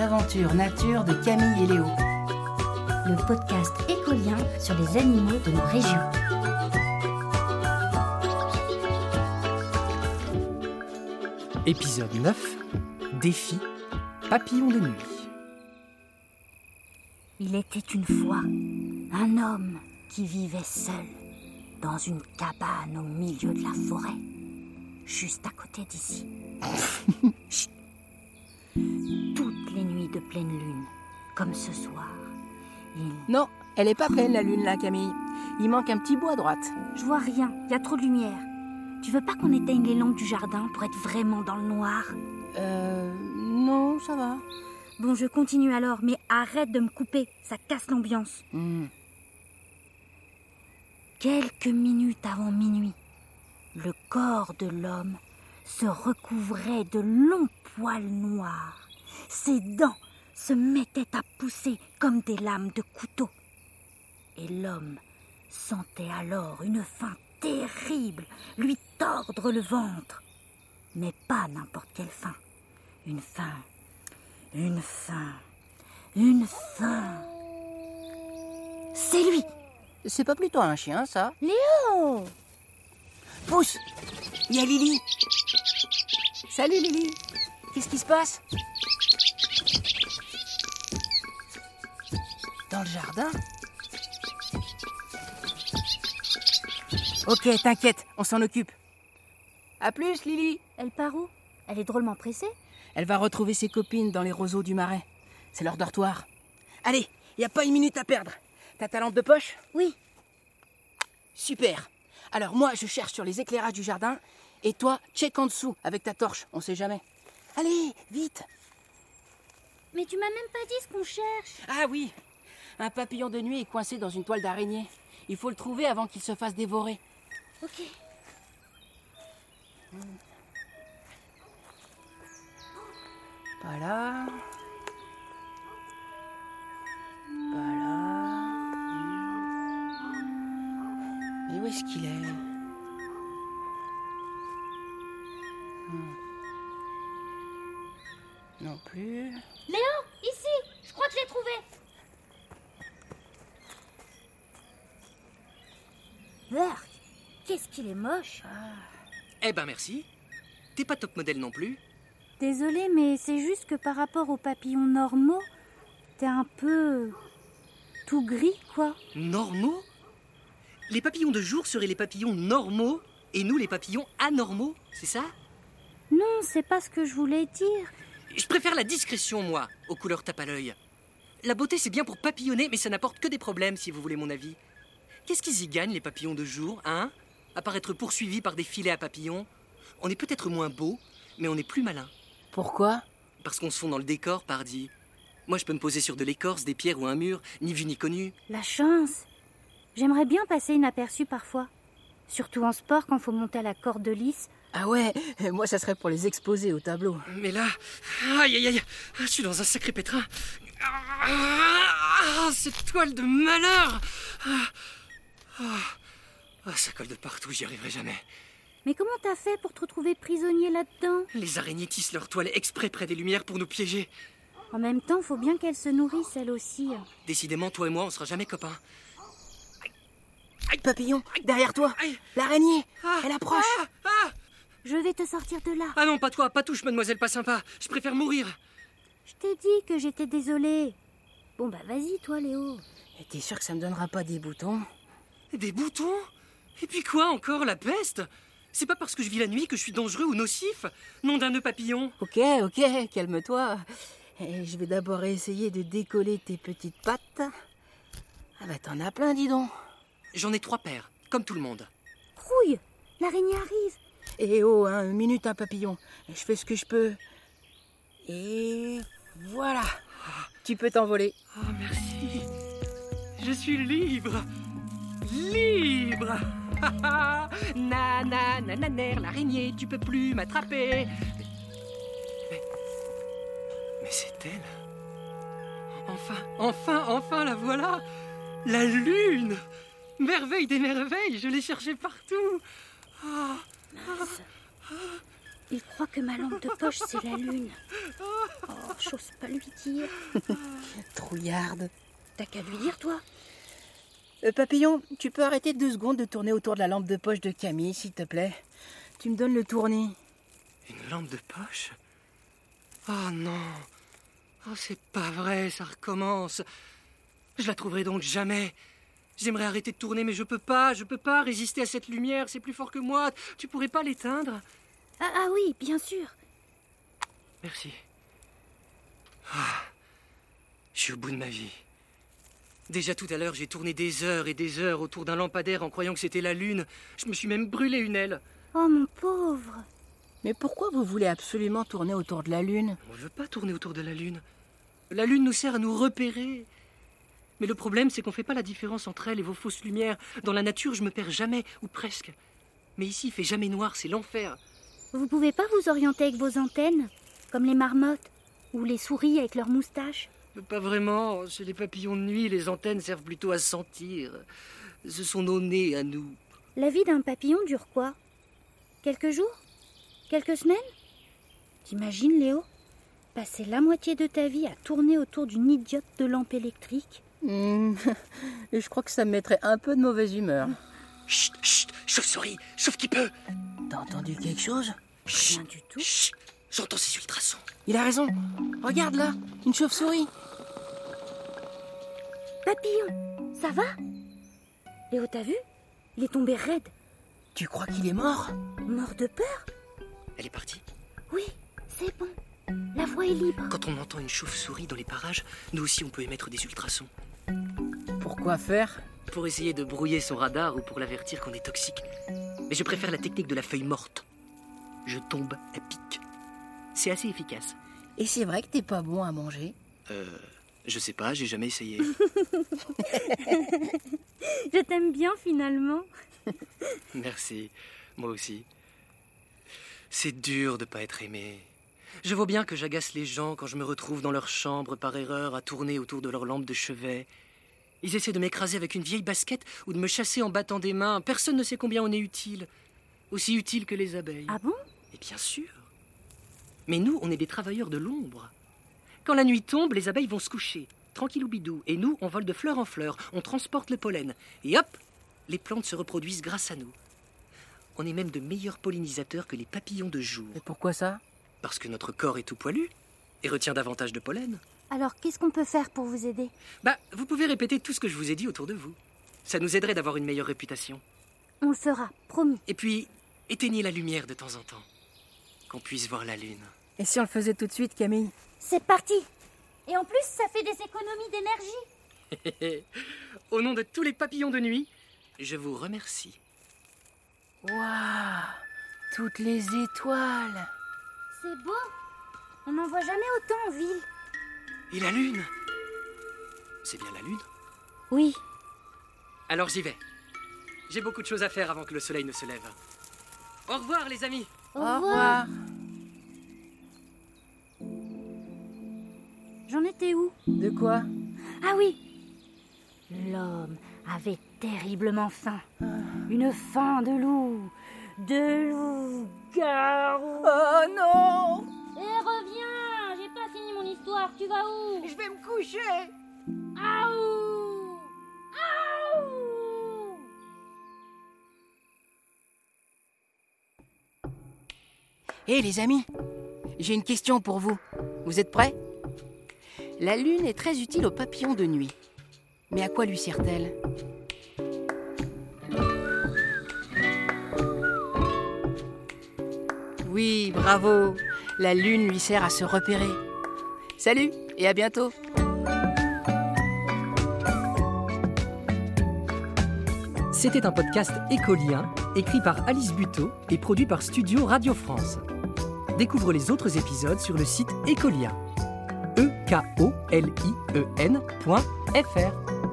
aventures nature de Camille et Léo. Le podcast écolien sur les animaux de nos régions. Épisode 9 Défi Papillon de nuit. Il était une fois un homme qui vivait seul dans une cabane au milieu de la forêt, juste à côté d'ici. Chut. Toutes les nuits de pleine lune, comme ce soir, il... Non, elle est pas pleine la lune là, Camille. Il manque un petit bout à droite. Je vois rien, il y a trop de lumière. Tu veux pas qu'on éteigne les lampes du jardin pour être vraiment dans le noir Euh. Non, ça va. Bon, je continue alors, mais arrête de me couper, ça casse l'ambiance. Quelques minutes avant minuit, le corps de l'homme se recouvrait de longs poils noirs. Ses dents se mettaient à pousser comme des lames de couteau. Et l'homme sentait alors une faim terrible lui tordre le ventre. Mais pas n'importe quelle faim. Une faim. Une faim. Une faim. C'est lui C'est pas plutôt un chien, ça Léo Pousse Il y a Lily Salut Lily Qu'est-ce qui se passe Dans le jardin Ok, t'inquiète, on s'en occupe. À plus Lily Elle part où Elle est drôlement pressée. Elle va retrouver ses copines dans les roseaux du marais. C'est leur dortoir. Allez, y a pas une minute à perdre. T'as ta lampe de poche Oui, Super. Alors moi, je cherche sur les éclairages du jardin, et toi, check en dessous avec ta torche, on sait jamais. Allez, vite. mais tu m'as même pas dit ce qu'on cherche. Ah oui, un papillon de nuit est coincé dans une toile d'araignée. Il faut le trouver avant qu'il se fasse dévorer. Ok. Voilà. Voilà. Mais où est-ce qu'il est, Hmm. Non plus. Léo, ici Je crois que je l'ai trouvé Burk Qu'est-ce qu'il est moche Eh ben merci. T'es pas top modèle non plus. Désolée, mais c'est juste que par rapport aux papillons normaux, t'es un peu. tout gris, quoi. Normaux Les papillons de jour seraient les papillons normaux et nous les papillons anormaux, c'est ça Non, c'est pas ce que je voulais dire. Je préfère la discrétion, moi, aux couleurs tape à l'œil. La beauté, c'est bien pour papillonner, mais ça n'apporte que des problèmes, si vous voulez mon avis. Qu'est-ce qu'ils y gagnent, les papillons de jour, hein À part être poursuivis par des filets à papillons On est peut-être moins beau, mais on est plus malin. Pourquoi Parce qu'on se fond dans le décor, pardi. Moi, je peux me poser sur de l'écorce, des pierres ou un mur, ni vu ni connu. La chance J'aimerais bien passer inaperçu parfois. Surtout en sport quand faut monter à la corde de lisse. Ah ouais, moi ça serait pour les exposer au tableau. Mais là, aïe aïe aïe, je suis dans un sacré pétrin. Ah, cette toile de malheur Ah, ah, ah, Ça colle de partout, j'y arriverai jamais. Mais comment t'as fait pour te retrouver prisonnier là-dedans Les araignées tissent leur toile exprès près des lumières pour nous piéger. En même temps, faut bien qu'elle se nourrisse elle aussi. Décidément, toi et moi, on sera jamais copains. Papillon, derrière toi Aïe. L'araignée Ah, Elle approche ah, ah, Je vais te sortir de là. ah non, pas toi, pas touche, mademoiselle, pas sympa. Je préfère mourir. Je t'ai dit que j'étais désolée. Bon bah vas-y toi Léo. Ah. Et T'es sûr que ça me donnera pas des boutons Des boutons Et puis quoi encore, la peste C'est pas parce que je vis la nuit que je suis dangereux ou nocif Nom d'un nœud papillon Ok, ok, calme-toi. Et Je vais d'abord essayer de décoller tes petites pattes. Ah bah t'en as plein, dis donc. J'en ai trois paires, comme tout le monde. Rouille L'araignée arrive Et oh, hein, une minute, un papillon. Je fais ce que je peux. Et voilà. Tu peux t'envoler. Oh, merci. Je suis libre. Libre. na na na na ner, l'araignée, tu peux plus m'attraper. Mais, mais c'est elle. Enfin, enfin, enfin, la voilà. La lune. Merveille des merveilles, je l'ai cherchée partout. Ah, ah, ah. Il croit que ma lampe de poche, c'est la lune. Oh, j'ose pas lui dire. Trouillarde. T'as qu'à lui dire, toi Euh, papillon, tu peux arrêter deux secondes de tourner autour de la lampe de poche de Camille, s'il te plaît Tu me donnes le tournis. Une lampe de poche Oh non Oh, c'est pas vrai, ça recommence Je la trouverai donc jamais J'aimerais arrêter de tourner, mais je peux pas, je peux pas résister à cette lumière, c'est plus fort que moi Tu pourrais pas l'éteindre Ah, ah oui, bien sûr. Merci. Ah, je suis au bout de ma vie. Déjà tout à l'heure, j'ai tourné des heures et des heures autour d'un lampadaire en croyant que c'était la lune. Je me suis même brûlé une aile. Oh, mon pauvre. Mais pourquoi vous voulez absolument tourner autour de la lune On ne veut pas tourner autour de la Lune. La Lune nous sert à nous repérer. Mais le problème, c'est qu'on ne fait pas la différence entre elle et vos fausses lumières. Dans la nature, je me perds jamais, ou presque. Mais ici, il fait jamais noir, c'est l'enfer. Vous pouvez pas vous orienter avec vos antennes Comme les marmottes Ou les souris avec leurs moustaches Pas vraiment. Chez les papillons de nuit, les antennes servent plutôt à sentir. Ce sont nos nez à nous. La vie d'un papillon dure quoi Quelques jours Quelques semaines T'imagines, Léo Passer la moitié de ta vie à tourner autour d'une idiote de lampe électrique Hmm, Je crois que ça me mettrait un peu de mauvaise humeur. Chut, chut, chauve-souris, chauve qui peut. T'as entendu quelque chose Chut, Rien du tout. chut, j'entends ces ultrasons. Il a raison. Regarde là, une chauve-souris. Papillon, ça va Léo, t'as vu Il est tombé raide, Tu crois qu'il est mort mort de peur Elle est partie. Oui, c'est bon. La voie est libre. Quand on entend une chauve-souris dans les parages, nous aussi, on peut émettre des ultrasons. Pourquoi faire pour essayer de brouiller son radar ou pour l'avertir qu'on est toxique. Mais je préfère la technique de la feuille morte. Je tombe à pic. C'est assez efficace. Et c'est vrai que t'es pas bon à manger. Euh, je sais pas, j'ai jamais essayé. Je t'aime bien finalement. Merci, moi aussi. C'est dur de pas être aimé. Je vois bien que j'agace les gens quand je me retrouve dans leur chambre par erreur à tourner autour de leur lampe de chevet. Ils essaient de m'écraser avec une vieille basket ou de me chasser en battant des mains. Personne ne sait combien on est utile. Aussi utile que les abeilles. Ah bon Mais bien sûr. Mais nous, on est des travailleurs de l'ombre. Quand la nuit tombe, les abeilles vont se coucher, tranquille ou bidou, et nous, on vole de fleur en fleur, on transporte le pollen, et hop, les plantes se reproduisent grâce à nous. On est même de meilleurs pollinisateurs que les papillons de jour, Et pourquoi ça parce que notre corps est tout poilu et retient davantage de pollen. Alors qu'est-ce qu'on peut faire pour vous aider Bah, vous pouvez répéter tout ce que je vous ai dit autour de vous. Ça nous aiderait d'avoir une meilleure réputation. On le fera, promis. Et puis, éteignez la lumière de temps en temps, qu'on puisse voir la lune. Et si on le faisait tout de suite, Camille C'est parti Et en plus, ça fait des économies d'énergie. Au nom de tous les papillons de nuit, je vous remercie. Waouh Toutes les étoiles C'est beau On n'en voit jamais autant en ville. Et la lune C'est bien la lune Oui. Alors j'y vais. J'ai beaucoup de choses à faire avant que le soleil ne se lève. Au revoir les amis Au, Ah. revoir. J'en étais où De quoi Ah oui L'homme avait terriblement faim. Une faim de loup. De loup. Garou. Oh non Eh reviens J'ai pas fini mon histoire, tu vas où Je vais me coucher Aou Aou Hé Eh, les amis, j'ai une question pour vous. Vous êtes prêts La lune est très utile aux papillons de nuit. Mais à quoi lui sert-elle Oui, bravo La lune lui sert à se repérer. Salut et à bientôt C'était un podcast écolien, écrit par Alice Buteau et produit par Studio Radio France. Découvre les autres épisodes sur le site Ecolia. e k o l i e